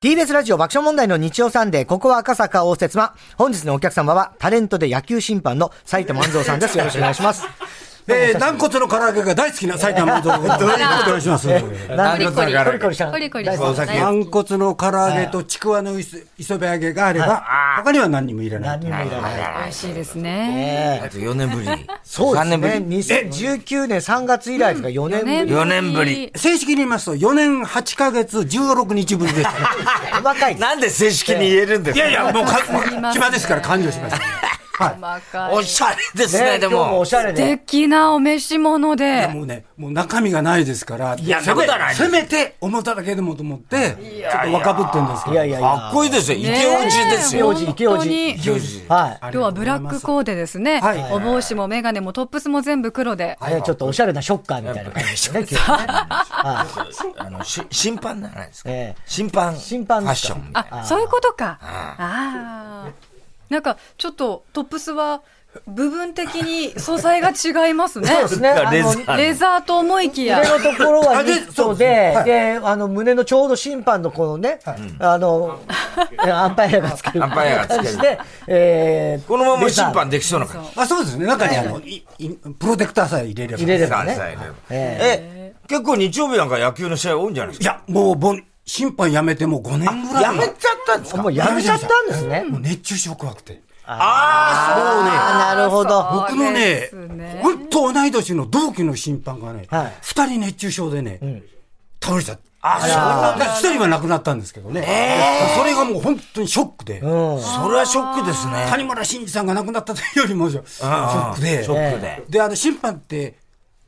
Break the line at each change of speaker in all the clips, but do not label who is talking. TBS ラジオ爆笑問題の日曜サンデー、ここは赤坂応接間。本日のお客様は、タレントで野球審判の埼玉安蔵さんです。よろしくお願いします。
えー、軟骨の唐揚げが大好きな埼玉のどうぞよろしくお願いします。
なんで
コリコリ
コリコリした
コリコリし
大
て
好き
ますね。
軟骨の唐揚げとちくわの磯辺揚げがあれば、他には何にもいらな
何。
い
にもいらない。
美味しいですね。
ええ
あと4年ぶり。
そうですね。
3年ぶり。
2019年3月以来ですか、4年ぶり。
四年ぶり。
正式に言いますと、4年8ヶ月16日ぶりです。
若いです。
なんで正式に言えるんで
い
すか
やいや、もうか
りま、す
暇ですから完了しました。
細かい
おしゃれです
ね
ね、で
今日もお
も。
しゃれ
素
で。
敵なお召し物で。
もうね、もう中身がないですから、い
やそんなことはない
せめて、重ただけでもと思って、ちょっと若ぶってるんですけ
い
ど。
やいやいや。
かっこいいですよ。イケ
ね
オジですよ。
王子
本
池王子
当に。
イケオジ。
はい。
あり
今日
がと
は
う
ブ
ござ
ラ
い
ッ
ます
クコーデですね。
はい
お帽子もメガネもトップスも全部黒で。
あれはちょっとおしゃれなショッカーみたいな感じですね、今日ね。はい。
あの、し審判じゃないですか
ええ。
審判。
審判
フ
で
ァッ
す
シ
か
ョン。
あ、そういうことか。ああ。なんか、ちょっとトップスは、部分的に素材が違いますね。
そうですね。あ
レザ
の
ー
レザーと思いきや
胸。のところはニットで
あ、
で、あの、胸のちょうど審判のこのね、あの、アンパイアがつける。
アンパイアがつける
感じで、えー
このまま審判できそうな
そ
感
う
じ。
あ、そうですね。中にあの、いいプロテクターさえ入れれば。
入れればね
さあさあ入れば。
え
え、結構日曜日なんか野球の試合多いんじゃないで
い
すか
や、もうぼん、審判辞めてもう5年ぐらい。
やめちゃったんです
も
か
うやめちゃったんですね。
もう熱中症怖くて。
あ
あなるほど。
そう
僕のね
そうです、ね
ほんと同い年の同期の審判がね
はい、
二人熱中症でね、倒れちゃって。
あそうなん
だから一人は亡くなったんですけどね。それがもう本当にショックで、
うん。
ーそれはショックですね。
谷村新司さんが亡くなったというよりも、ショ
あ
ッ
あ
クで
ショ。ックで。
で、あの、審判って、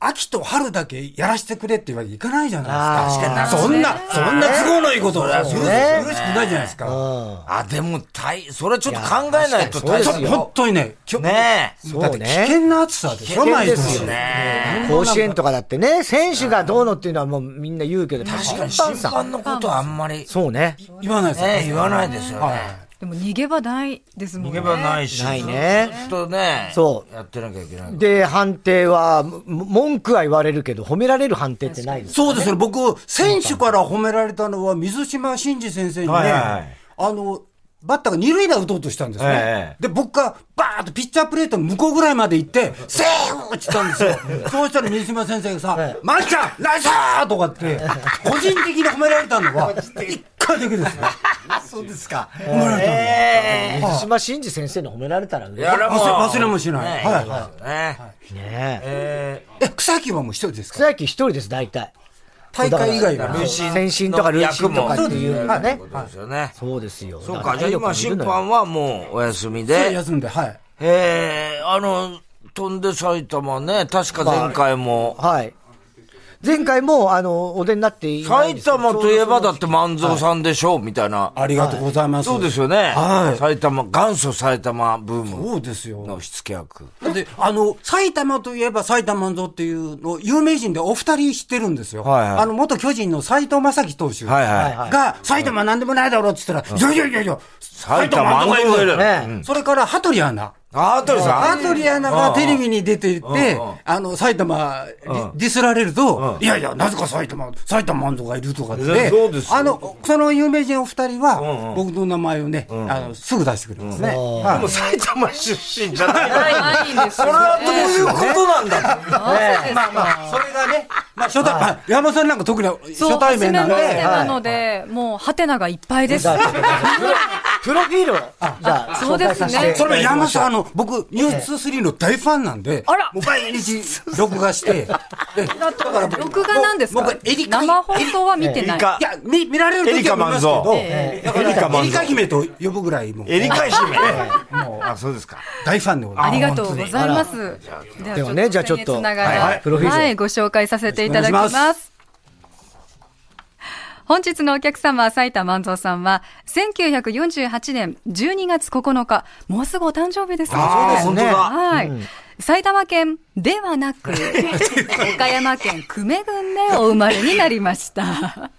秋と春だけやらせてくれって言われていかないじゃないですか。
あ
そんな、そんな都合のいいことを許す
う
許しく
ね
ないじゃないですか。
あ、でも、大、それはちょっと考えないと
い
大
や確かにそうで
変
すよ
本当にね、きょ
ねえ。
そう
だ
ね
って危険な暑さでしょ、
危険
毎
で
年。
すよ
ね
甲子園とかだってね、選手がどうのっていうのはもうみんな言うけど、
確か
審
に審
判さん
判のことはあんまり、
そうね。
言わないですよ。
ね、言わないですよね。
でも逃げ場ないですもん
逃
ね。
げ場ないし。
ないね
ずっとね。
そう
やってなきゃいけない。
で、判定は、も文句は言われるけど、褒められる判定ってないです。
そうですね、僕、選手から褒められたのは、水島新司先生にね、
はいはいはい
あの、バッターが二塁打打とうとしたんですね。
ええ
で、僕がバーッとピッチャープレートの向こうぐらいまで行って、セーフって言ったんですよ。そうしたら水島先生がさ、マンちゃん、ナイスーとかって、個人的に褒められたのは、一回だけです ね。
そうですか。
褒められたのは。
水島新司先生に褒められたら嬉しい
やらもう
忘れ忘れもしない
ね
はい
そうですよね。
ねえ。
え
え、草木はもう一人ですか
草野球一人です、大体。
大会以外
ー
は。
塁審の
先進とか塁審とかっていうのがね
役もそうですよね。
そうですよ。
そう
だら
か、じゃあ今審判はもうお休みで、
休んで、はい。
えー、あの、飛んで埼玉ね、確か前回も、
はい。前回も、あの、お出になっていないんで
埼
すけど
玉といえばだって万蔵さんでしょ、みたいな。
ありがとうございます。
そうですよね。
はい
埼玉、元祖埼玉ブーム
そうですよ。
の火付け役。
だって、あの、埼玉といえば埼玉ぞっていうのを有名人でお二人知ってるんですよ。
はいはい
あの、元巨人の斎藤正樹投手
はいはい。
はい
が、埼玉なんでもないだろうって言ったら、いやいやいやいや、
埼玉
埼
あんな
る
にいる
ね
うんそれから、羽鳥アナ。
あ、トリさ
羽
ん。
鳥アナがテレビに出ていて
うんうん、
あの、埼玉リディスられると、いやいや、なぜか埼玉、埼玉マンドがいるとかっ
いや
て、
そうですよ
あの、その有名人お二人
うんう
は、
ん
僕の名前をね、あの、すぐ出してくれますね。
でも埼玉出身じゃない。
ないんですよ、ね。
どういうことな
そう
んだ
ですか
それがね、 まあ、初対、まあ山本さんなんか特に
そう、
初対面なんで、
初めまして
はい
なので、もう、ハテナがいっぱいです。
だからプロプロフィールを、じゃあ、
そう
紹
で
介
す
さ
ね
せていた
そ
だ
れ
き
山
ま
本
しょ
さん、あの、僕、ニュース3の大ファンなんで、
あら
もう毎日、録画 して、でだから僕
録画なんですか
僕、エリカ、
生放送は見てない。
いや、見、見られる時は見ますけど、
エ
だから
エリカ万蔵
エリカ姫と呼ぶぐらい、もう、
エリカ姫。あ、そうですか。
大ファンでござ
あ
い
り
ます。
がとうございます。
でもねじゃあちょっと
僭越なが
はいはい
ら、
プロフィールを
はい、ご紹介させていただき
よろ
ま。
しくお願いします
本日のお客様、埼玉万蔵さんは、1948年12月9日、もうすぐお誕生日ですね。
あーそうですね本当だ
はい。埼玉県では なく、岡山県久米郡でお生まれになりました。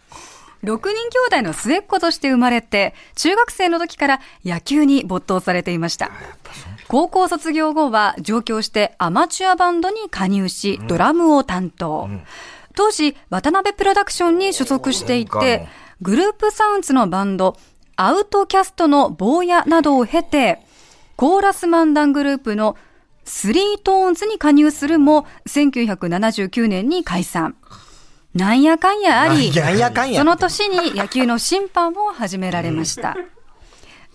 6人兄弟の末っ子として生まれて、中学生の時から野球に没頭されていました。高校卒業後は上京してアマチュアバンドに加入し、ドラムを担当。当時、渡辺プロダクションに所属してい
そうか
て、グループサウンズのバンド、アウトキャストの坊やなどを経て、コーラス漫談グループのスリートーンズに加入するも、1979年に解散。なんやかんやあり、
なんやかんや
その年に野球の審判を始められました。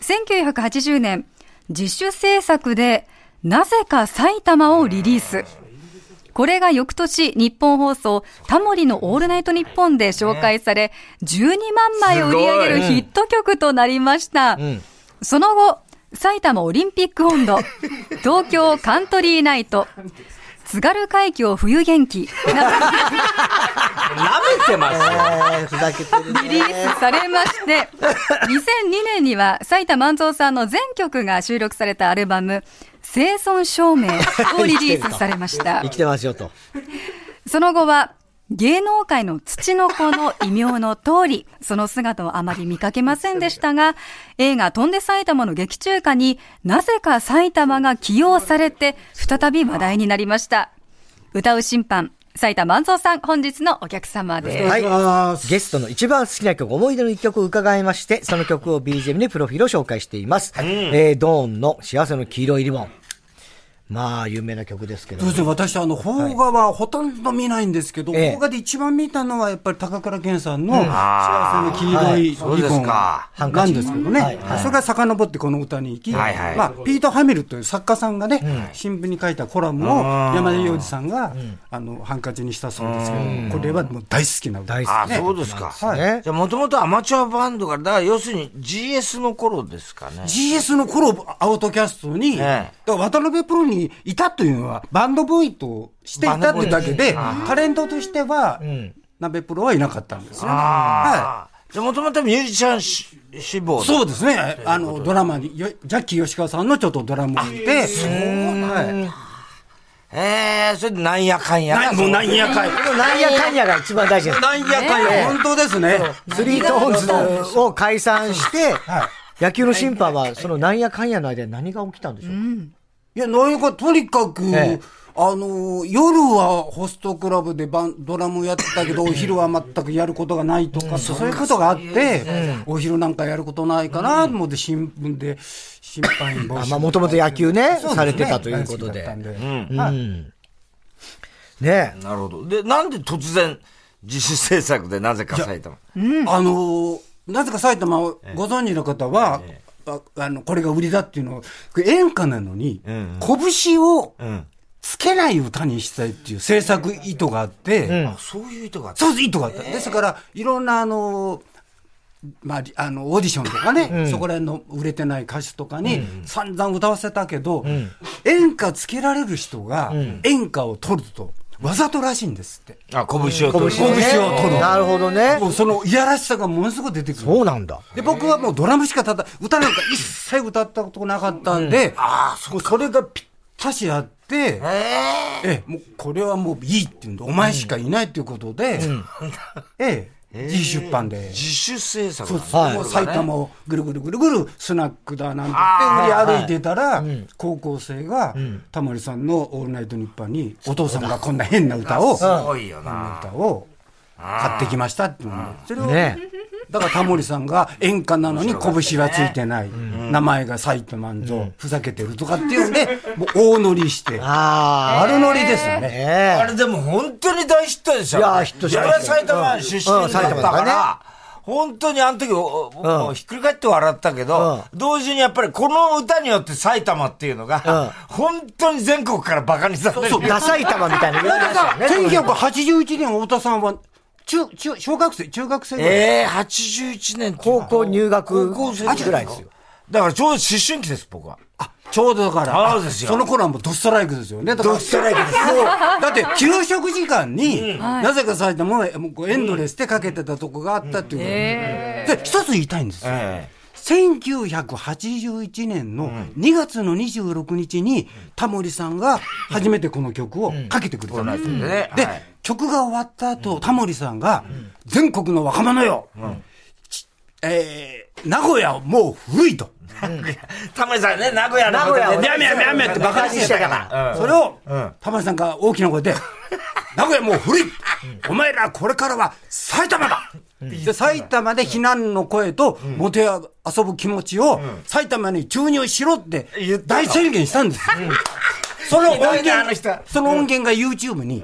1980年、自主制作で、なぜか埼玉をリリース。これが翌年、日本放送、タモリのオールナイトニッポンで紹介され、12万枚を売り上げるヒット曲となりました。その後、埼玉オリンピック温度、東京カントリーナイト、津軽海峡冬元気な
舐めてますよ。
えーふざけてる
どリリースされまして、2002年には埼玉万蔵さんの全曲が収録されたアルバム、生存証明をリリースされました
生。きてますよと。
その後は、芸能界の土の子の異名の通り、その姿をあまり見かけませんでしたが、映画飛んで埼玉の劇中歌になぜか埼玉が起用されて、再び話題になりました。歌う審判、埼玉万蔵さん、本日のお客様です。
は
はいいます。
ゲストの一番好きな曲、思い出の一曲を伺いまして、その曲を BGM でプロフィールを紹介しています。えードーンの幸せの黄色いリボン。まあ、有名な曲ですけど
そう。ですね、私、あの、邦画はほとんど見ないんですけど、
ええ
邦画で一番見たのは、やっぱり高倉健さんの、幸せの黄色いリボ
はいそうです
ン
か
なんですけ
ハ
ど
ンカチ
ね
はいは、い
それが遡ってこの歌に行き、
はいはい
まあ、ピート・ハミルという作家さんがね、新聞に書いたコラムを山田洋次さんが、あの、ハンカチにしたそうですけど、これはもう大好きな歌
大
です。
好
あ
き、ね。
そうですか。
ねはい
じゃあ、もともとアマチュアバンドから、だから要するに GS の頃ですかね。
GS の頃、アウトキャストに、
ええ
だから渡辺プロにいたというのは、バンドボーイとしていたってだけで、タレントとしては、鍋プロはいなかったんですね。は
ああ。じゃあ、もともとミュージシャンし志望
い。
で
そうですね。あの、ドラマに、よジャッキー吉川さんのちょっとドラマにいて、はい
ええそれでなんやかんや
な
が。
んもうなんやかい。
なんやかんやが一番大事です。
なんやかいよ。本当ですね。
スリートーンズを解散して、野球の審判は、そのなんやかんやの間に何が起きたんでしょうか、
いや、なんか、とにかく、
ええ
あの、夜はホストクラブでバンドラムやってた けど、お昼は全くやることがないとか、そういうことがあって、お昼なんかやることないかなと思って、新聞 で、審判員募
あ
集。
まあ、もともと野球ね、
そうですね
されてたということ
大好きだったん
で。
ではい
ねえ
なるほど。で、なんで突然、自主制作でなぜか埼玉。
あの、なぜか埼玉をご存知の方は、ああの、これが売りだっていうのを、これ演歌なのに、拳をつけない歌にしたいっていう制作意図があって、
あそういう意図があった
そうです、意図があった。ですから、いろんな、あの、まあ、りあの、オーディションとかね、そこら辺の売れてない歌手とかに散々歌わせたけど、演歌つけられる人が演歌を取ると、わざとらしいんですって。
あ、拳を取る。
拳をね
拳を取るなるほどね
も。うそのいやらしさがものすごく出てくる。
そうなんだ。
で、僕はもうドラムしかただ、歌なんか一切歌ったことなかったんで、ああ、そそれがぴったしあって、ええ、もうこれはもういいっていうんで、お前しかいないっていうことで、え え、自費出版で。
自主制作
そう
な
で
んだ
すもう埼玉をぐるぐるぐるぐるスナックだなんて言って売り歩いてたら、高校生がタモリさんの「オールナイトニッポン」にお父さんがこんな変な歌を
すごいよな。
歌を買ってきましたっていうのそれを
ね
だからタモリさんが演歌なのに拳はついてない、名前がサイトマンゾ、ふざけてるとかっていうん で、もう大乗りして、
あ
丸乗りですよ
あ、
ね。
ね
あれでも本当に大ヒットでした
いやーヒットしました
俺は埼玉出身だった
うんうん埼玉
か
だ
ら、本当にあの時お、おひっくり返って笑ったけど、同時にやっぱりこの歌によって埼玉っていうのが、本当に全国からバカにされてる。
え。ダサい玉みたいな言われましたよね。
1981年、太田さんは、中、中、小学生、中学生ぐらい
ええー、81年
高校入学
高校生
ぐらいですよ。
だからちょうど思春期です、僕は。
あ、ちょうどだから、
そうですよ
の頃はもうドストライクですよね。ドストライクです。そう。だって、給食時間に、なぜか埼玉はもうエンドレスでかけてたとこがあったっていうことで、で一つ言いたいんですよ。
え
1981年の2月の26日にタモリさんが初めてこの曲をかけてくれたんですよ
えね
で
はい、
曲が終わった後、タモリさんが、全国の若者よ、ちえー名古屋もう古いと。
タモリさんね、名古屋の
名古屋を
ね
ミャミャミャミャってバカにしてたから、それを、タモリさん が大きな声で、名古屋もう古い、お前らこれからは埼玉だで埼玉で避難の声と、もてあ遊ぶ気持ちを、埼玉に注入しろって
言っ、たの
大宣言したんです。その音
ひどいなあの
源
人、
その音源が YouTube に、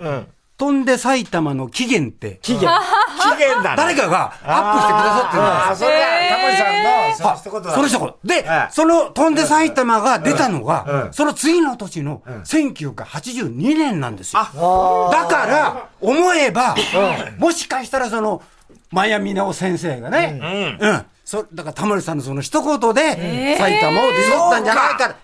飛んで埼玉の起源って、
期限だね。
誰かがアップしてくださってるんです
ああ、それが、タモリさんの、その一言だ。
その一言。で、
ええ
その飛んで埼玉が出たのが、
ええ
その次の年の1982年なんですよ。だから、思えば、もしかしたらその、マヤミナオ先生がね、うん。そだから、タモリさんのその一言で、埼玉をディスったんじゃないか。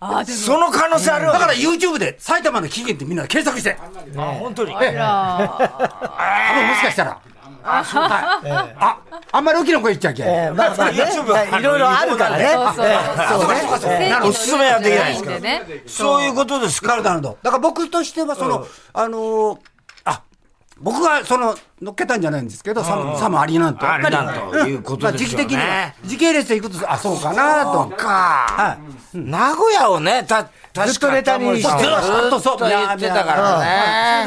あーでも
その可能性ある
だ
わけ
か
だ
ら YouTube で埼玉の起源ってみんな検索して、
から、あ本当に。
あもしかしたら。あ、そうはいあ、あんまり大きな声言っちゃいけん。
えー、まあまあね、
YouTube はあの
いろいろあるからね。
そうそ
え
うそう
ー
そうかそう
ね
か
えー
なるほどおすすめはできないですから
ね。
そういうことです
な
か
るほど、なるほど。だから僕としては、その、あのーあ、僕はその、乗っけたんじゃないんですけど、サム、サムありなんと。
ありなんと
やっぱりん
いうことですよね
まあ時期的には、時系列でいくと、あ、そうかなと。
か。名古屋をね、た、
ずっとネタにして
確かタモリさんずっと
そう
そう言ってたから
そう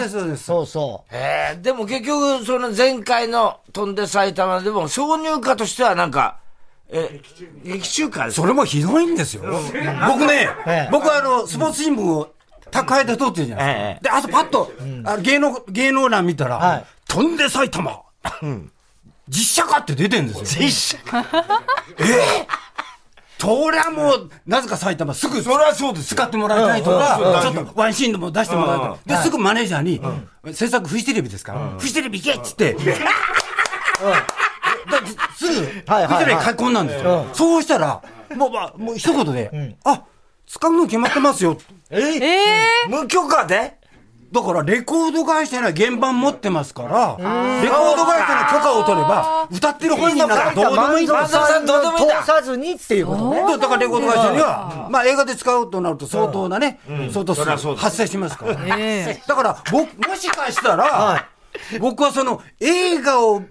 です、
ね。
そうです。
そうそう。
えーでも結局、その前回の飛んで埼玉でも、挿入歌としてはなんか、え、劇中歌です
それもひどいんですよ。僕ね
ええ、
僕はあの、スポーツ新聞を宅配で撮ってるじゃない
ええ
ですか。で、あとパッと、あの芸能、芸能欄見た
はい
ら、飛んで埼玉。実写化って出てんですよ。
一緒
そりゃもう、なぜか埼玉すぐ、それはそうです。使ってもらいたいと
うん
か、
うん
ちょっとワンシーンでも出してもらいたい。で、すぐマネージャーに、制作フジテレビですから、フジテレビ行けっつって、だってすぐ、フジテレビ
はいはい
買い込んだんですよ。そうしたら、もう、まあもう一言で、あ、使うの決まってますよ。
え
無許可で
だから、レコード会社には原版持ってますから、レコード会社の許可を取れば、歌ってる本人なんかどうでもいいんです
漫才さんどうでもいいんだ
通さずにっていうことね。
そうだからレコード会社には、まあ映画で使うとなると相当なね、相当数
そりゃそうです
発生しますから。
ー、え
だから、僕、もしかしたら、僕はその映画を、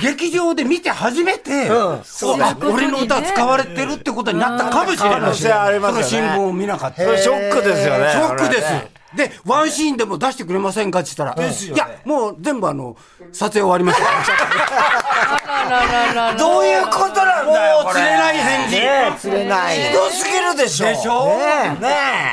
劇場で見て初め
うん
て、そう
そうい
あ
うことにね
俺の歌使われてるってことになったかもしれない。
可能性ありますよね
その新聞を見なかった。
それショックですよね。
ショックです
これはね。
で、ワンシーンでも出してくれませんかって言ったら、
すよ
い
ね
や、もう全部あの、撮影終わりました。
ー、あららららら。
どういうことなんだよ、
も
こ
う
れ。
釣れない返事。
ねえ釣れない。
ひどすぎるでしょ。
でしょ
ねえ。ね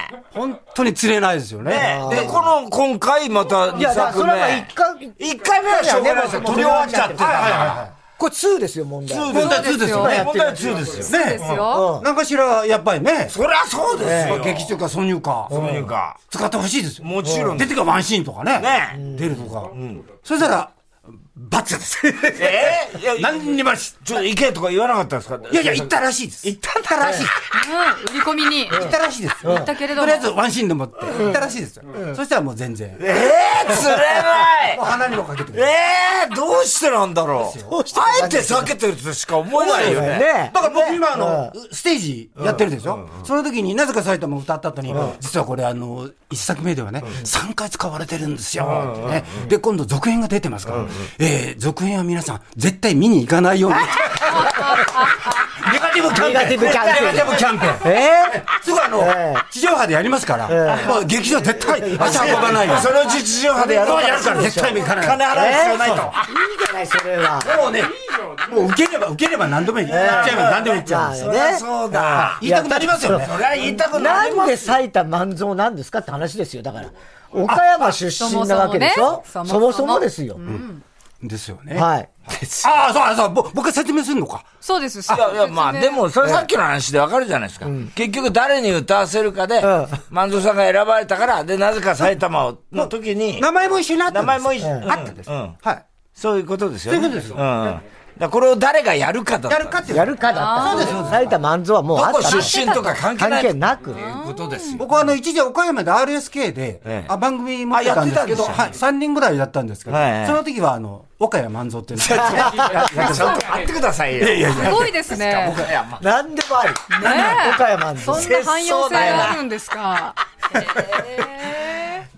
え。
本当に釣れないですよね。
ねで、この、今回また
い
2
や、だから
作
それは一
目。
回、
1回目はしょうがないですよ。取り終わっちゃってた
はい
はい
か
は
これ2ですよ、問題。
ら。
問題2ですよ
ね
ね。
問題は2ですよ。
ね
ですよ。
なんかしら、やっぱりね、
そりゃそうですよ。
劇中か挿入か、
というか。
使ってほしいですよ。
もちろん
出てくるワンシーンとかね。
ねえ
出るとか。そしたら、バツです。
えーいやいや
何にもし、
ちょっと行けとか言わなかったんですか
いやいや、行ったらしいです。行ったらしい。
うん、売り込みに。
行ったらしいです。行った
けれども
とりあえずワンシーンでもって、行ったらしいですよ。そしたらもう全然。も
えー、釣れないう
鼻にもかけてくれる。
えー、どうしてなんだろう。
うしてなんだろう
あえて避けてるとしか思えないよね。
ね
だから僕今あの、ステージやってるでしょ、その時になぜか埼玉歌った後に、実はこれあの、一作目ではね、3回使われてるんですよ、ってね、で、今度続編が出てますから、えー、続編は皆さん、絶対見に行かないよ うに。ネガティブキャンペー
ネ
ン。
ガティブキャンペーン
ネガティブキャンペーン
え
すぐあの、
え
地上波でやりますから、まあ、劇場絶対足運ばないよ。
そのうち地上波でやろう
やるから絶対見に行かない。
金払う必要ないと。
ー、いいじゃない、それは。
もうね、もう受ければ受ければ何でもいい。言っちゃえば何でも言っちゃうんですよ
そりゃそうだ。
言いたくなりますよね。
そりゃ言いたくなり
な
ま
んです埼玉万蔵なんですかって話ですよ、だから。岡山出身なわけでしょそ
そもそも
も
ね
そも
そもそも
ですよ。
ですよね。
はい。
ああ、そうあそう、ぼ僕が説明するのか。
そうです。
いやいや、まあ、でも、それさっきの話でわかるじゃないですか。結局、誰に歌わせるかで、万蔵さんが選ばれたから、で、なぜか埼玉をの時に、
名前も一緒になった
名
んです
前もいい、うん
あったんです。
うん
はい。
そういうことですよね。
そういうことですよ
ん。だからこれを誰がやるかだ
やるかっていう
やるかだった。埼玉万蔵はもう
ど
あっ
こ
た
出。身とか関係な
関
い。と
係
いう
なく。
ことですよ。
僕はあの、一時岡山で RSK で、
ええ
あ番組持ってたんですけど、
あやってた
はい、3人ぐらいやったんですけど、
はいはい
その時はあの、岡山万蔵っていうのが
ちょっと待ってくださいよ。いやいやい
すごいです ね。
や、まあ
なんでもあり。
ねえ
岡山万
そ
蔵。
んな汎用性があるんですか。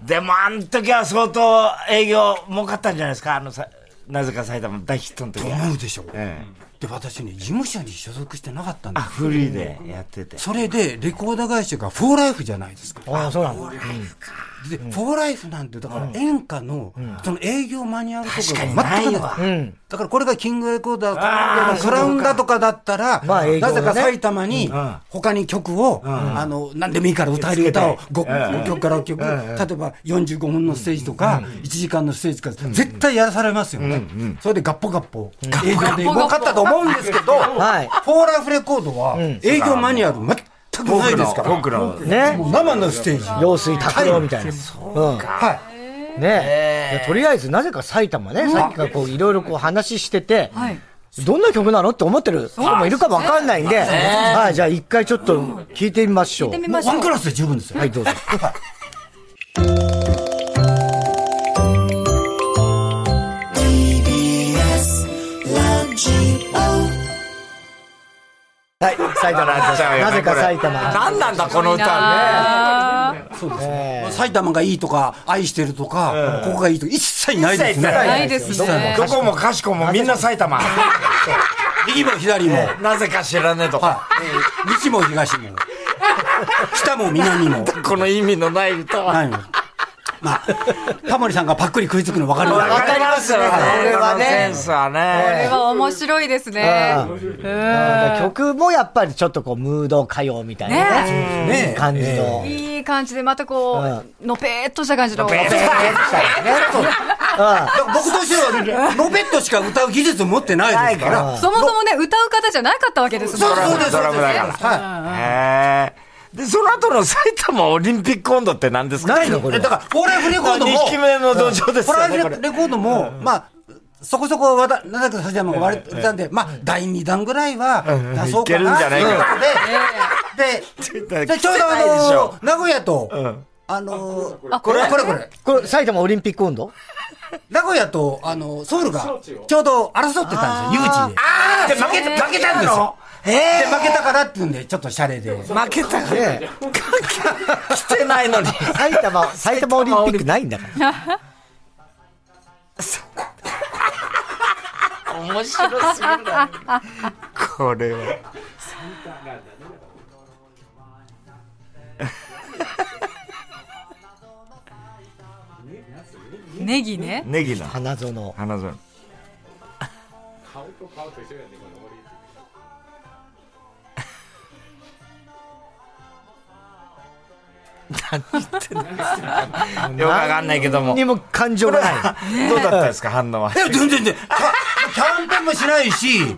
でも、あの時は相当営業儲かったんじゃないですか。あのさ、なぜか埼玉の大ヒットの時は。
思うでしょ。
え
で、私ね、事務所に所属してなかったんで
あ、
す。
フリーでやってて。
それで、レコード会社がフォーライフじゃないですか。
ああ、そうなんだ。
で、フォーライフなんて、だから演歌の、その営業マニュアルと
確かに
かが全く
ないわ
ない。だからこれがキングレコーダ
あ
ー、クラウンだとかだったら、
まあ営業
な
のね
ぜか埼玉に
ん
他に曲を、あの、何でもいいから歌える歌を5
うん
曲から6曲、例えば45分のステージとか、1時間のステージとか、絶対やらされますよね。それでガッポガッポ、営業で動かったと思うんですけど、
はい
フォーライフレコードは営業マニュアル全くないですから。
僕らの。
ね
もう生のステージ。
用水拓郎みたいな。うん。
はい。
ねいやとりあえず、なぜか埼玉ね、さっきからこう、いろいろこう話してて、
はい
どんな曲なのって思ってる人もいるかもわかんないんで、はい、じゃあ一回ちょっと聞いてみましょう
行って。み
も
ま
う
しょ
ワン
う
ク。ラスで十分ですよ。
はい、どうぞ。はい、埼玉
笑っちゃうよね
なぜか埼
これ
玉。
何なんだ、この歌ね。
あー
え
埼玉がいいとか、愛してるとか、ここがいいとか、一切ないです
一切な
ね。
ないですね
ど。こもかしこもみんな埼玉。
右も左も、
なぜか知らねえとか。
西も東も、北も南も、
この意味のない歌は。
ないの。まあ、タモリさんがパックリ食いつくの分かるよ
わかりますよね。
これはね
このセンスは
これ
ね。
は面白いですね。
あー曲もやっぱりちょっとこう、ムード歌謡みたいなね
ね。
感じの。
いい感じで、またこう、のぺーっとした感じの。
ペーペー
だから僕としては、ロベットしか歌う技術持ってないですから。
そもそもね、歌う方じゃなかったわけですも
そう
ん
ドラ
そうで
ム
す。
ドラムだから
は
へえ。で、その後の埼玉オリンピック温度って何ですか
ないのこ
い。
れ
えだから、フォーライフレコードも、
2匹目の土壌です
プ
よ
ライ
ね。
ベ
こ
ー
れ
トレコードも、まあ、そこそこわた、なんだかさじゃも割れたんで、まあ、第2弾ぐらいは出そうかな。
いけるんじゃないかな
うんで、で、でちょうど
来てな
あ
いでしょ
のー、名古屋と
ん、
あのー、
あ
これこれこれ。
これ、埼玉オリンピック温度
名古屋と、あのー、ソウルが、ちょうど争ってたんですよ、有事で。
あーで、負けた、負けたんですよ。え
で、負けたからっていうんで、ちょっとシャレで。
負けたから。
ね
来てないのに。
埼玉、埼玉オリンピックないんだから。
面白すぎるな。これは。
ネギね。
ネギの
花園。
花園。 何言ってんのよく わかんないけども。
にも感情がない。
どうだったですか、反応は。
え、全然全然。キャキャンペーンもしないし、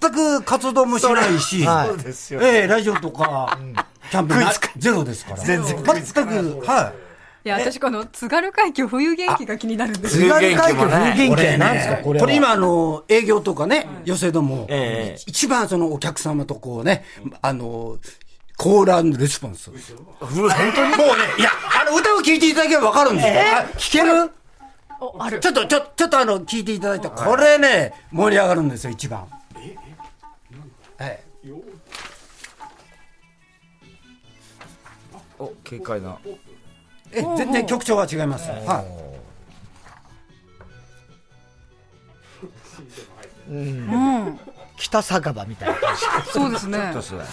全く活動もしないし、
はい
そうですよ。
ええ、ラジオとか、キャンペーンなゼロですから。
全然食いつ
全く、はい。
いや、私この津軽海峡冬元気が気になるんです
あ
よ。
津軽海峡風
元
景
俺
記
ね
なんですか、これは。
これ今、あの、営業とかね、寄せども
ええ、
一番そのお客様とこうね、あの、コーラレスポンス。
本当に
もうね、いや、あの、歌を聴いていただけばわかるんですよ。あ聞ける
おある。
ちょっと、ちょ、ちょっとあの、聞いていただいて、これね、盛り上がるんですよ、一番。ええ
お、軽快な。
え、全然曲調は違います。はい。
うん。
北酒場みたいな。
そうですね。
そうだね。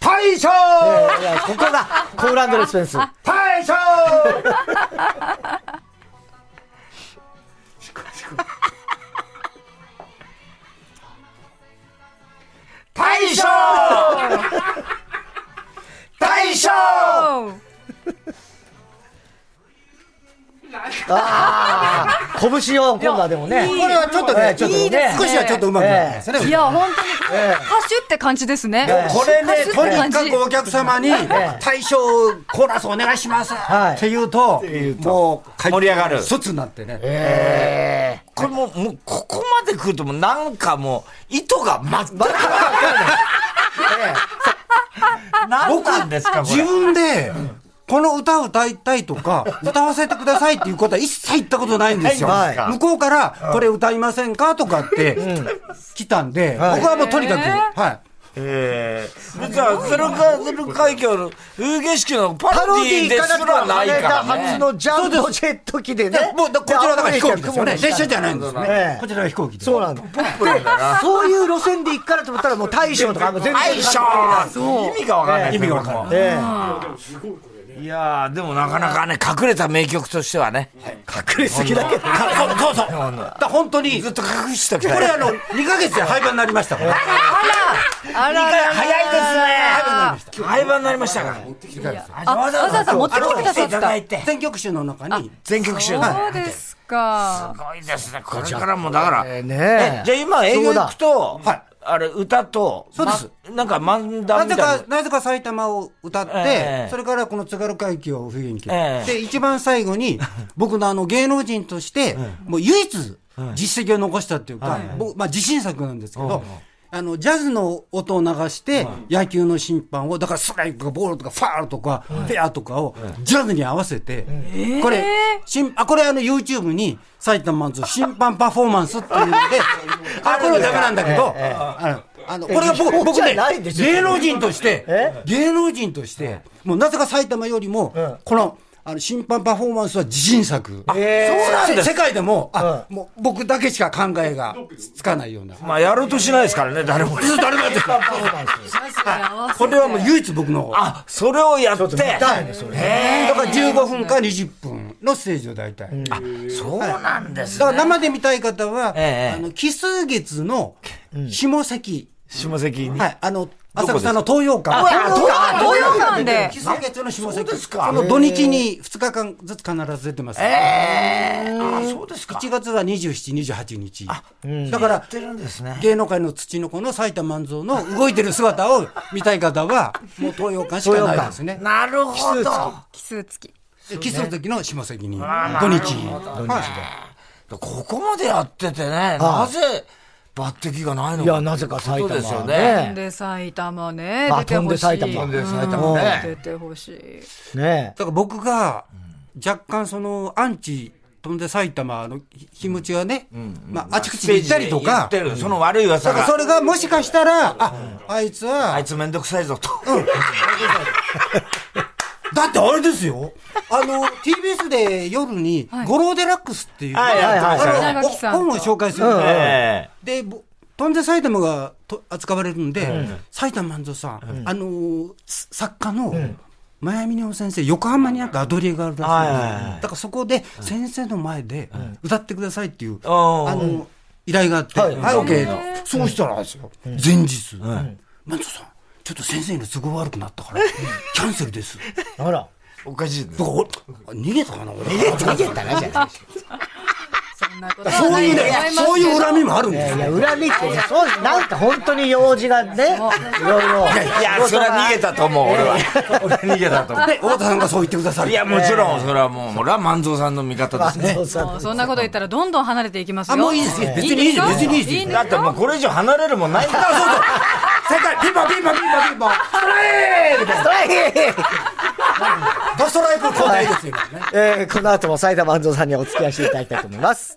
大将
えーいやここだ、コーランドレスペンス。
大将
大将大将
おう
拳を今度はでもね。
これはちょっと
ええ
ね、
ちょっと
いいですね
少しはちょっとうまくなってますね。
いや、本当に、歌手って感じですね。
これね、
歌
と
手って
に
感
か
じ
くお客様に、大将コーラスお願いします
はい
って言うと
いう、と
もう、
盛り上がる
卒になってね。
これもう、もう、ここまで来るともう、なんかもう、意図が全く。何なんですか、こ
自
れ。
分で、この歌を歌いたいとか、歌わせてくださいっていうことは一切言ったことないんですよ。
ないんですか
向こうから、これ歌いませんかとかって、来たんで、
はい
僕はもうとにかく、はい。
ええじゃあ、鶴岡鶴海峡の風景式のパ
パ
ロ
ロ
デ
デ
ィ
ィ
ー
ー
で
か
す
なと
らないか
はめ
ら
たはず
ね。
のジャンボジェット機でね。
もう、だこちらだから飛行機ですよね。列車じゃないんですよ
え
ね
え。
こちらは飛行機です。
そうなんだ。そういう路線で行くからと思ったらもう大将とかもう全
大将意味がわかんない。
意味がわかんない
い。
ええ
いやー、でもなかなかね、隠れた名曲としてはね。
隠れすぎだけど。
かそうそうそう。だから本当に、
ずっ
こと
隠しときたい。
れあの、2ヶ月で廃盤になりましたから。
あららら
早いですね。廃盤になりましたから。
あわざわざ持ってきてくださ
い
った
だいて。
全曲集の中に、
全曲集
そうですか
すごいですね。これからもだから。
え
え
えねえ
じゃあ今営業行くと、
だはい
あれ、歌と、
そうです
まなんか漫
な
談み
ぜ
たい
か
な、。
なぜか埼玉を歌って、
ええ
それからこの津軽海峡を冬に来て、
ええ
で、一番最後 に、僕のあの芸能人として、もう唯一実績を残したっていうか、僕、まあ自信作なんですけど、あの、ジャズの音を流して、野球の審判を、だからストライクとかボールとかファールとか、フェアとかを、ジャズに合わせて、これ、審あ、これあの YouTube に、埼玉 の審判パフォーマンスっていうので、あ、これはダメなんだけど、あのあの、これが僕、
え
僕
じゃ
ね
ないで、しょ
芸能人として
え、
芸能人として、もうなぜか埼玉よりも、この、あの、審判パフォーマンスは自信作。
ええ
そうなん世界でも、あ、もう僕だけしか考えがつかないような。
まあ、やろうとしないですからね、誰も。誰もやって
これはもう唯一僕の、
あ、それをやって。
痛いね、それ。
だから15分か20分のステージを大体。あ
そうなんです
だから生で見たい方は、
ええ
あの、奇数月の下関、
下関に。
はい、あの、浅草の東洋館。
あ東洋館
東洋館で
奇数月の下関。
そうですか
その土日に2日間ずつ必ず出てます。
ええあ、そうですか。
1月は27、28日。だか
や
ら
っ、てるんですね。
芸能界の土の子の埼玉万蔵の動いてる姿を見たい方は、もう東洋館しかないですね。
なるほど。
奇数月
でキスの時の下関に、土日。
ここまでやっててね、なぜ抜擢がないのか。
いや、なぜか埼
そう
玉
ですよ
は
ね。
ね。
で埼玉ね
あ
出てほしい
飛んで埼玉飛ん
で埼玉ね
うん出てほしい
ねえ。
だから僕が、若干その、アンチ、飛んで埼玉の日日持ちがね、まあ、あちこちに行ったりと
言っ
か、
てるその悪い噂
だから
が。
それがもしかしたら、あ、あいつは
あい、つめんどくさいぞと。
だってあれですよ。 あの、TBS で夜に、ゴローデラックスっていう、
はいはいはい
あの
稲垣さん
本を紹介するんで、
え
で、ぼ飛んで埼玉がと扱われるんで、埼玉万蔵さん、あのーす作家の、マヤミネオ先生、横浜になんかアトリエがあるらしいんですよ
はいはいはい
だからそこで、先生の前で、歌ってくださいっていう、あ
ー
の、依頼があって、はい、OK と。そうしたらですよ、前日、万蔵さん、ちょっと先生の都合悪くなったから、キャンセルです。
ほら。
えおかしいです
だ。から俺逃げたかな、俺。逃げたな、じゃ
そんなことは
そう
ない
いう
と
ね
思います、よ
そういう恨みもあるん
い
ですよ。
や、恨みってね、そうです。なんか本当に用事がね、いろいろ。
いや、それは逃げたと思う、俺は。俺は逃げたと思う。
で、太田さんがそう言ってくださる。
いや、もちろん、それはもう、俺は万蔵さんの味方ですね。
そうそう
もうそんなこと言ったらどんどん離れていきますよ
あもういいですよ別に
んか
いいです別にいいです
ん
だってもうこれ以上離れるもんないんだ。
世界、ピンポンピンポンピンポンピンポン。
ストライク
ドストライク交代ですよ、ね。
えーこの後も埼玉万蔵さんにはお付き合いしていただきたいと思います。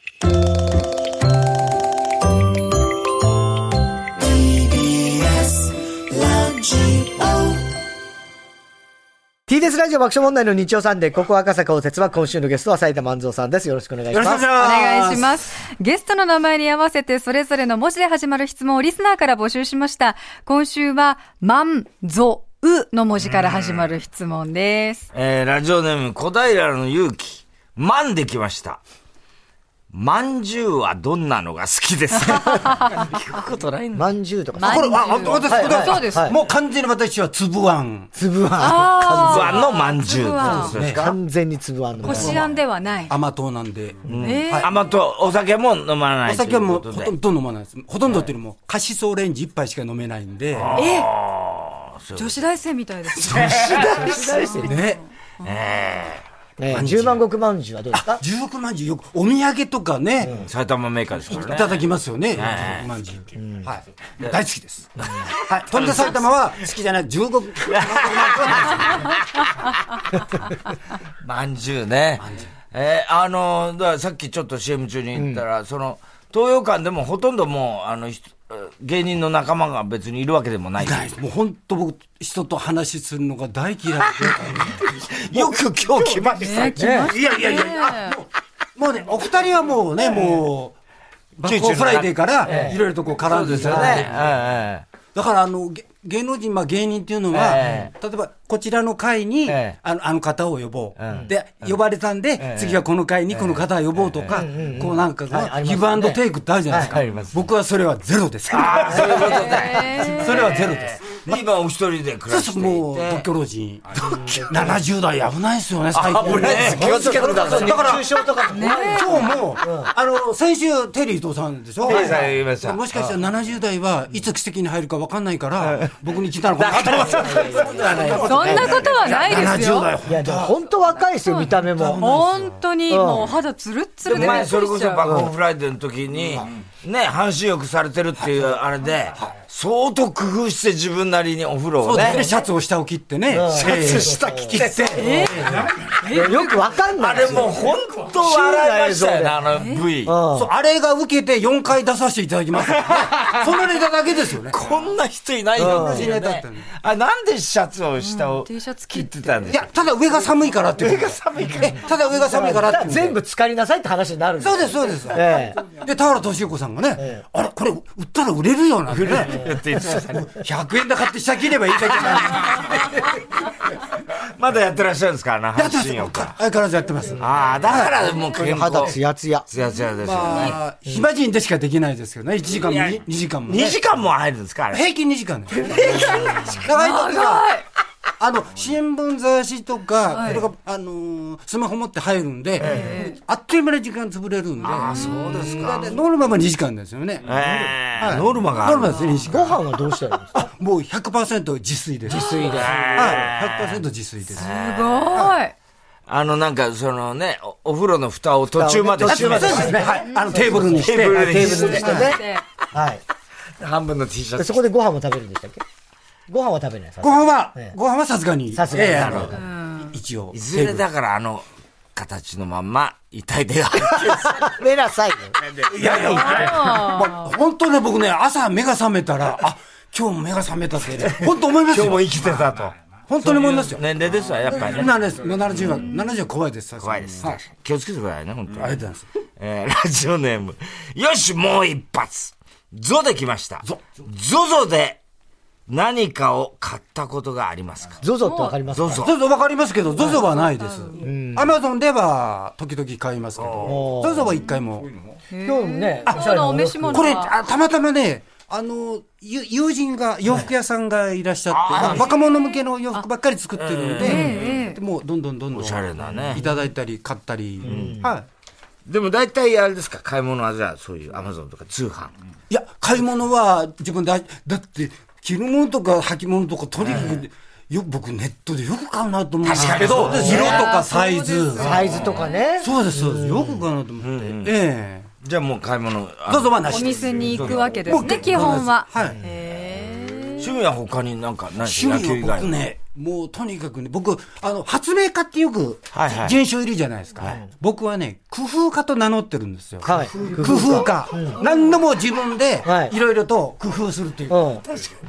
TBS ラジオ爆笑問題の日曜サンデー、ここ赤坂応接は今週のゲストは埼玉万蔵さんです。よろしくお願いします。
お
お
願いします。ゲストの名前に合わせて、それぞれの文字で始まる質問をリスナーから募集しました。今週は、まん、ぞ、うの文字から始まる質問です。
えー、ラジオネーム、小平の勇気。万できました。まんじゅうはどんなのが好きですか 聞くことないんだ。
まんじゅうとか
ま
さ、
ん
これ、あ、本当です、
はいはい
そうです
はい
もう完全に私は粒あん。
つぶあ
あ
不安のまんじゅう。
あ
そうです
ん。完全につぶあんの。
こしあんではない。
甘党なんで。
えー
甘とお酒も飲まない
お酒はもう
と
ほ
いうこと
とんど飲まないです。ほとんどっていうのも、カシスオレンジ一杯しか飲めないんで。
え女子大生みたいですね。
ね。
でえ
えー、10万石まんじゅうはどうですか
十万石よく、お土産とかね、
埼玉メーカーですからね。
いただきますよね、
はい
十万石。はい。大好きです。はい。飛んで埼玉は好きじゃない、十五。
まんじゅうね。えーあのーだからさっきちょっと CM 中に言ったら、その、東洋館でもほとんどもう、あの、ひ芸人の仲間が別にいるわけでもない。
ないもう本当僕、人と話するのが大嫌いで。
よく今日来ましたね。
いやいやいや、あもうもうね、お二人はもうね、もう、バックオフフライデーから、いろいろとこう絡
そ
ん
う
で
で
い
す
た
よね。
だいて
ええ
だからあの、げ芸能人、まあ芸人っていうのは、
え
例えばこちらの会に、
ええ
あの、あの方を呼ぼう。で、呼ばれたんで、次はこの会にこの方を呼ぼうとか、こうなんかが、
はいありますね
ギブアンドテイクってあるじゃないですか。
はいあります
僕はそれはゼロです。 それはゼロです。
で今お一人で暮
そ
ら
う
し
すると
ていて。
もう、独居老人。70代 危ないですよね、最近。
危ないです
ね
気をつけてくださ
だ
い
から、
熱中症とかもね。
今日も、あの、先週、テリー伊藤さんでしょ
テリーさん言いました
もしかしたら70代はいつ奇跡に入るか分かんないから、僕に聞いたのかも当たり前
そんなことはないです
70代
よ。
いや、でも本当若いですよ、見た目も。
本当にもうお肌つるっつるでびっく
前
り
それこ
しち
そ
ゃう
バックオンフライデーの時に、ね、半身浴されてるっていうあれで、相当工夫して自分なりにお風呂
そ
を
うですね、
ね。
シャツを下を切ってね。シャツ
下着てて。
いやよくわかんな
あ
いで
れ
すよ。
もう本当笑いましたよね、あの V。
そう、あれが受けて4回出させていただきますからね。そのネタだけですよね。
こんな人いないよっていう
うん
ね。あ、なんでシャツを下を
T シャツ
切
切っ
っ
て
たんで
い
すか
や、ただ上が寒いからっていう。上が寒いから。ただ上が寒いからっていうんで
全部浸かりなさいって話になるんです
そう
よ
です、そうです。
え
で、田原俊彦さんがね、あれ、これ、売ったら売れるよなんてね。
って言ってましたね
100円で買って下切ればいいだけな
まだやってらっしゃるんですかあの、
やっ
半
てます
身浴
か相変わらずやってます。ま
ああ、だからもう
え。
健康。
肌ツヤツヤ。
ツヤツヤですよね。
あ、暇人でしかできないですけどね。1時間も2時間もね。
2時間も入るんですかあれ。
平均2時間ね。平均時間長いあの、新聞雑誌とか、それが、あのー、スマホ持って入るんで、あっという間に時間潰れるんで。あそうですか。ノルマが2時間ですよね。
え
はい
えノルマがあ
ノ
る
ルマですね、2時
ご
間。
飯はどうしてるんですか
あ、もう100%自炊です。自炊で。はい。100%自炊です。
すごい。
あの、なんか、そのね、おお風呂の蓋を途中まで
蓋をね
閉めて
途中ま
ね。はい。あの、テーブルにして。
テーブル
テ
に
ーブルで
し
してね。はい。
て、半分の T シャ
で
ツ
そ。こでご飯も食べるんでしたっけご飯は食べないです
ご
か
飯は
ええ、
ご飯はさすがに。
さすがに
ええあの一応。
いずれだから、あの、形のまんま、遺体 で入ってるんですよ
食べなさいよ。
いやいや、まあ本当ね、僕ね、朝目が覚めたら、あ、今日も目が覚めたってね、本当思いますよ。
生きてたと。
本当に思いますよ。
年齢ですわ、やっぱりね。
なんです。70は、70は怖いです。確か
怖い
に
です
はい。あ。
気をつけてくださいね、本当に。
りがとうございます。
えーラジオネーム。よし、もう一発。ゾで来ました。ゾ。ゾで何かを買ったことがありますか
ゾゾってわかります
ゾ
か
ゾ。
ゾゾわかりますけど、ゾゾはないです。アマゾンでは、時々買いますけど、ゾゾは一回も。
今日もね、おしゃ
そ
れな
のお
お
召し
飯
物
これ、
は。
あたまたまね、あの、ゆ友人が、洋服屋さんがいらっしゃって、まあ若者向けの洋服ばっかり作ってるんで、でもうどんどんどんどん、
おしゃれだね
いただいたり、買ったり。はい。
でも大体あれですか、買い物はじゃあそういうアマゾンとか通販。
いや、買い物は自分で、だって、着るものとか履物とか、とにかく、よ僕、ネットでよく買うなと思うんですけど、
確かにそうです
色とかサイズ。
サイズとかね。
そうです、そうです。よく買うなと思って。え
じゃあもう買い物。
え。
あ
どうぞ、
の
まあな
お
しです。
店に行くわけです
もう
ね、基本は。
はい
趣味は他になんか、何
趣味
野球以
は
外
僕
の
ね、もうとにかくね、僕、あの、発明家ってよく
はいはい、
人種いるじゃないですか。僕はね、工夫家と名乗ってるんですよ。
はい
工夫家。何度も自分で
は、い
いろいろと工夫するっていう。
うん。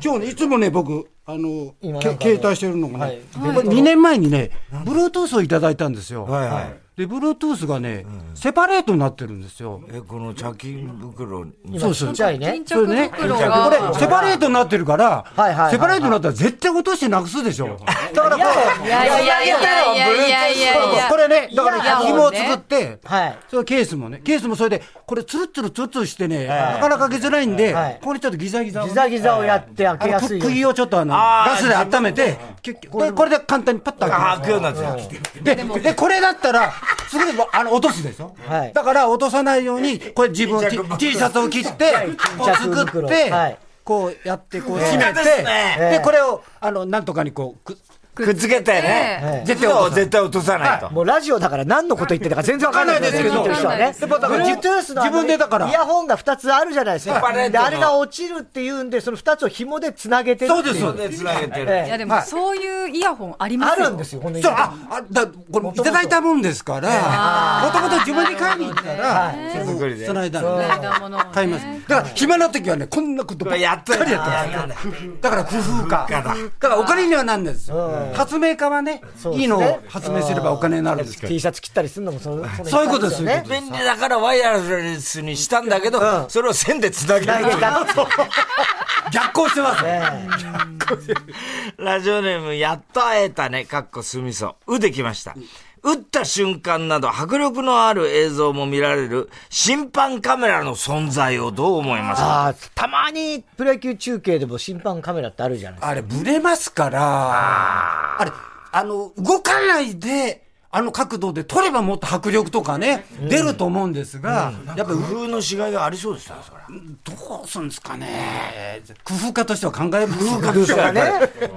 今日ね、いつもね、僕、あの、け
今なんか
携帯してるのが
は
ね
い、
これ2年前にね、Bluetooth をいただいたんですよ。
はいはい。
で、Bluetooth がね、セパレートになってるんですよ。
え、この茶巾袋に。
今ちっちゃいね
巾。着
ね、これ
袋が。
セパレートになってるから
はいはい、
セパレートになったら絶対落としてなくすでしょ。だからこう、
いやいやいやいやいやいやいや。
これね、だから
いやいや
紐を作って、
はい。
そのケースもね、ケースもそれで、これツルツルツルツルしてね、なかなか開けづらいんで
はい、
ここにちょっとギザギザをね
ギザギザをやって開
あ
け
の
や
く
すいように。
釘をちょっとあのガスで温めて、結局でこれで簡単にパッと
あ
開
開くようになってる。
ける。で、で、これだったら、すぐにもうあの落とすでしょ
はい
だから落とさないように、これ自分 T, T シャツを切って、こう
着
作
袋
って
はい、
こうやって、こう
え
締め
ですね
て、で、これを、あの、なんとかにこう、く
くっつけてね。絶対を絶対落とさないと。
もうラジオだから何のこと言ってたか全然わかんないですけど、
わかんないですけど
ね。
でもだから
ブルートゥースのあの
自分でだから
イヤホンが2つあるじゃないです
はい
か。
バレット
で、
の
あれが落ちるっていうんで、その2つを紐で繋げてってい
そうですそう
で、繋げて
え
る。
いやで
は
も
い
そういうイヤホンありま
あ
すよ。
るんですよ、骨に
そう、あ、あ、だ、これ、いただいたもんですから、もともと自分で買いに行ったら、
手作りで。
その間のね
いろんなものをね
買います。だから、暇な時はね、こんなことばっかりやってますだから、工夫家。だから、お金にはなんないですよ。発明家はね
そう、です
い
ね
いのを発明すればお金になるんですけど。
T シャツ切ったりするのもその、その
そういうことです
一環よね。
便利だからワイヤレスにしたんだけど、それを線で繋げる。
投げたと。
逆行してます。
ラジオネーム、やっと会えたね、かっこすみそう。うできました。打った瞬間など迫力のある映像も見られる審判カメラの存在をどう思いますか
あーたまにプロ野球中継でも審判カメラってあるじゃないですか。
あれ、ブレますから、あれ、あの、動かないで、あの角度で撮ればもっと迫力とかね、出ると思うんですが、やっぱ
工夫のしがいがありそうですね、それ。
どうするんですかね。工夫家としては考えますよ。
工夫家ね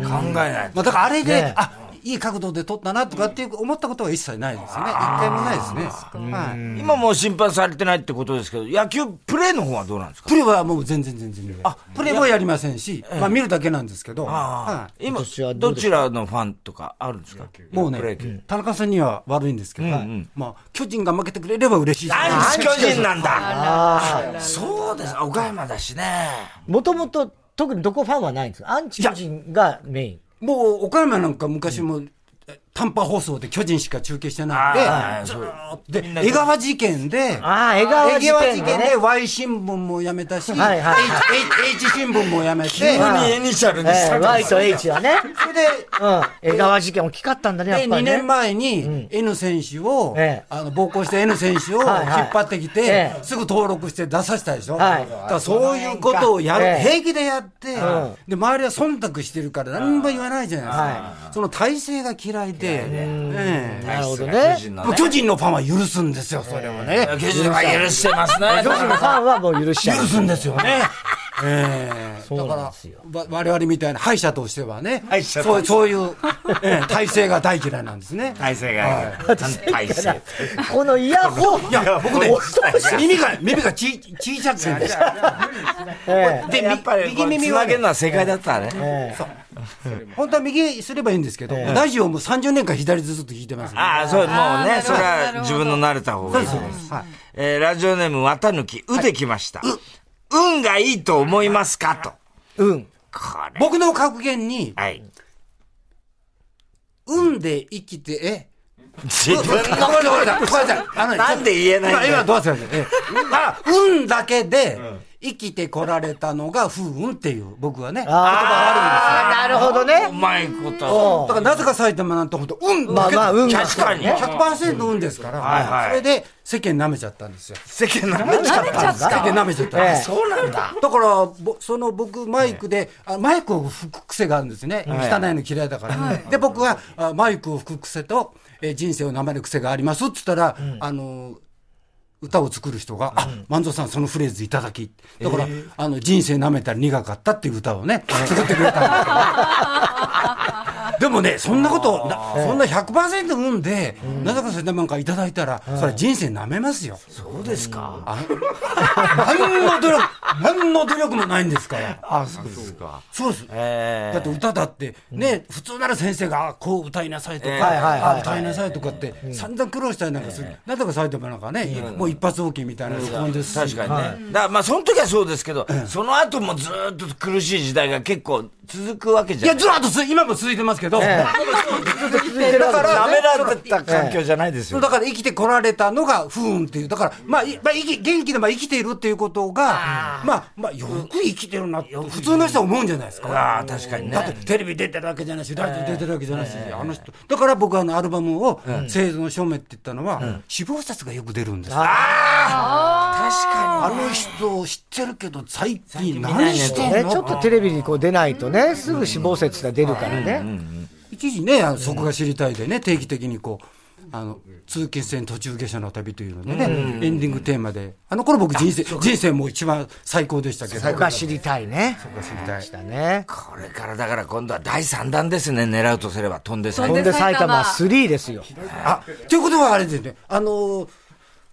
考えないと。
まあ、だからあれで、
ね
あ、いい角度で撮ったなとかっていう思ったことは一切ないですよね。一回もないですね。はい。
今もう審判されてないってことですけど、野球プレーの方はどうなんですか
プレーはもう全然全然。あ、プレーはやりませんし、まあ見るだけなんですけど、は
今
今年は、どう
ど
で
ちらのファンとかあるんですか
い。もう
プロ野
ね
球、
田中さんには悪いんですけど、はいまあ、巨人が負けてくれれば嬉しいですね
男子巨人なんだそうです。あ岡山だしね。
もともと特にどこファンはないんですかアンチ巨人がメイン。
もう岡山なんか昔も、短波放送で巨人しか中継して
あ
な
ー
い
そう
で、で、江川事件で、
ああ、江川事
江川事
件
件
ね
で。Y 新聞もやめたし、
はいはい
H, H, H 新聞もやめて、そ
急
れ
に
で、
エニシャルにし
え
た
ー、
から
Y と H はね。うん。江川事件大きかったんだね、やっ
で
ぱ
2
りね
年。前に N 選手を、
ええ
あの暴行した N 選手を 引っ
はいはい
張ってきて、
ええ
すぐ登録して出させたでしょ、
はい
だからそういうことをやる、
ええ
平気でやって、
ん
で、周りは忖度してるから、何も言わないじゃないですか、その体制が嫌いで、ええ
なるほど
巨
ね。
人の
もう巨人のファンは許すんですよ、それをね、
巨人は許してますね。
巨人のファンはもう許しち ゃう。
許すんですよね。ええ
そうなんですよ。
わ我々みたいな敗者としてはね、
敗者
そうそういう、ええ体制が大嫌いなんですね。
体勢がいい。体勢。
このイヤホン。
いや、僕ね
おそうし、
耳が、耳がち、小さくてね。
え
で、
やっぱり、
右耳は
げ
ね
るの、は正解だったね。
え
本当は右すればいいんですけど、ラジオも30年間左ずっと聞いてます。
ああ、そう、もうね、それ
な
は
るほど
自分の慣れた方がいいと思います。えーラジオネーム、綿抜き、うできました。運がいいと思いますかと。
うん。
これ。
僕の格言に、
はい。
運で生きて、え、
自
ごめんな
分の、
さい、ごめんなさい、ごめんなさい。あのね
なんで言えないんだ
今、
よ
今どうするんですかえあ運だけで、生きてこられたのが風運っていう、僕はね、言葉が
あ
あるんで
あ、なるほど
う
ね。
まいこ
す
と。
よ。だからなぜか埼玉なんて本当運
ま
だ
あ
け
まあ、運が。
確かに。
100%運ですから、
はいはい
それで世間舐めちゃったんですよ。
世間舐めちゃ
舐
っ
めちゃった
世間舐めちゃったんです。
ええ
そうなんだ。
だから、ぼその僕、マイクで、あマイクを吹く癖があるんですね。汚いの嫌いだから。で、僕は、あマイクを吹く癖と、えー人生をなめる癖がありますっつったら、あのー、歌を作る人が、あ、万蔵さんそのフレーズいただき。だから、あの、人生舐めたら苦かったっていう歌をね、作ってくれた んですけど。でもね、そんなこと、なそんな100%運で、なぜかそれでなんかいただいたら、それは人生舐めますよ。
そうですか。
あ何の努力、何の努力もないんですから。
あ、そうですか。
そうです。
え
だって歌だって、ね、普通なら先生が、あこう歌いなさいと
え
か、
えはい
はいはい
あ歌いなさいとかって、散々苦労したりなんかする。なんとか埼玉なんかね、もう一発 OK みたいな仕込んです
確
し
かにね。だからまあその時はそうですけど、その後もずーっと苦しい時代が結構続くわけじ
い
ゃ
や、
ない。
ずらっとす今も続いてますけど、
続いてるわけ
だから
舐められた環境じゃないです
そ
よ
う。だから生きてこられたのが不運っていう、だから、まあ、いまあ、生き元気でまあ生きているっていうことが、まあ、まあ、よく生きてるなって、普通の人は思うんじゃないですか。
ああ、確かに
だって
ね。
テレビ出てるわけじゃないし、ラジオ出てるわけじゃないし、あの人、だから僕、あのアルバムを生存証明って言ったのは、死亡説がよく出るんですよ
確か
あの人を知ってるけど、最近
見ない
何
ね
してん
ね、
の
ちょっとテレビにこう出ないとね、すぐ死亡説が出るからね。
一時ね、あのそこが知りたいでね、定期的にこう。あの、通勤線途中下車の旅というのでね、エンディングテーマで、あの頃僕人生、人生もう一番最高でしたけど。
そこが知りたいね。そこ
知りたい
でしたね。
これからだから今度は第3弾ですね、狙うとすれば、飛んで
飛ん
3
で
弾。
埼玉3ですよ。
あ、ということはあれですね、あのー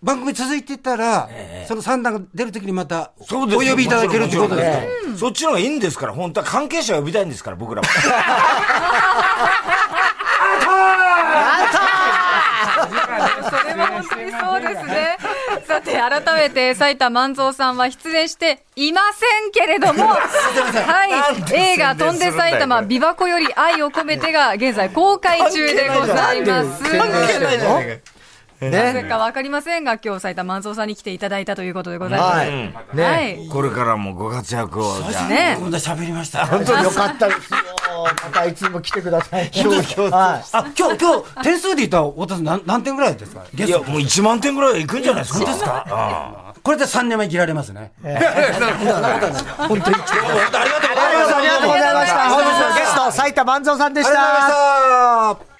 番組続いてたら、その3段が出るときにまた、お
そうですよ
呼びいただけるということですか、
もちろんもちろんそっちの方がいいんですから、本当は関係者呼びたいんですから、僕らも。
それは本当にそうですね。さて、改めて、斉田万蔵さんは出演していませんけれども、はい、映画、飛んで埼玉、琵琶湖より愛を込めてが、現在公開中でございます。
ね。
なぜかわかりませんが、今日斉田万蔵さんに来ていただいたということでございます。
は。
はいい。
ね。ね
これからもご活躍を、じゃあ。
ね
こんな喋りました。
本当によかったですよ。またいつも来てください。はい。
あ、今日、今日、点数で言ったら、太田さん何何点ぐらいですかゲ
い
ス
や、
ト。
もう1万点ぐらいいくんじゃないですか。です
かこれで3年目生きられますね。
本当に。
ありがとうございます。
ありがとうございました。
ありがとうございました
本日のゲスト、斉田万蔵さんでした。
ありがとうございました。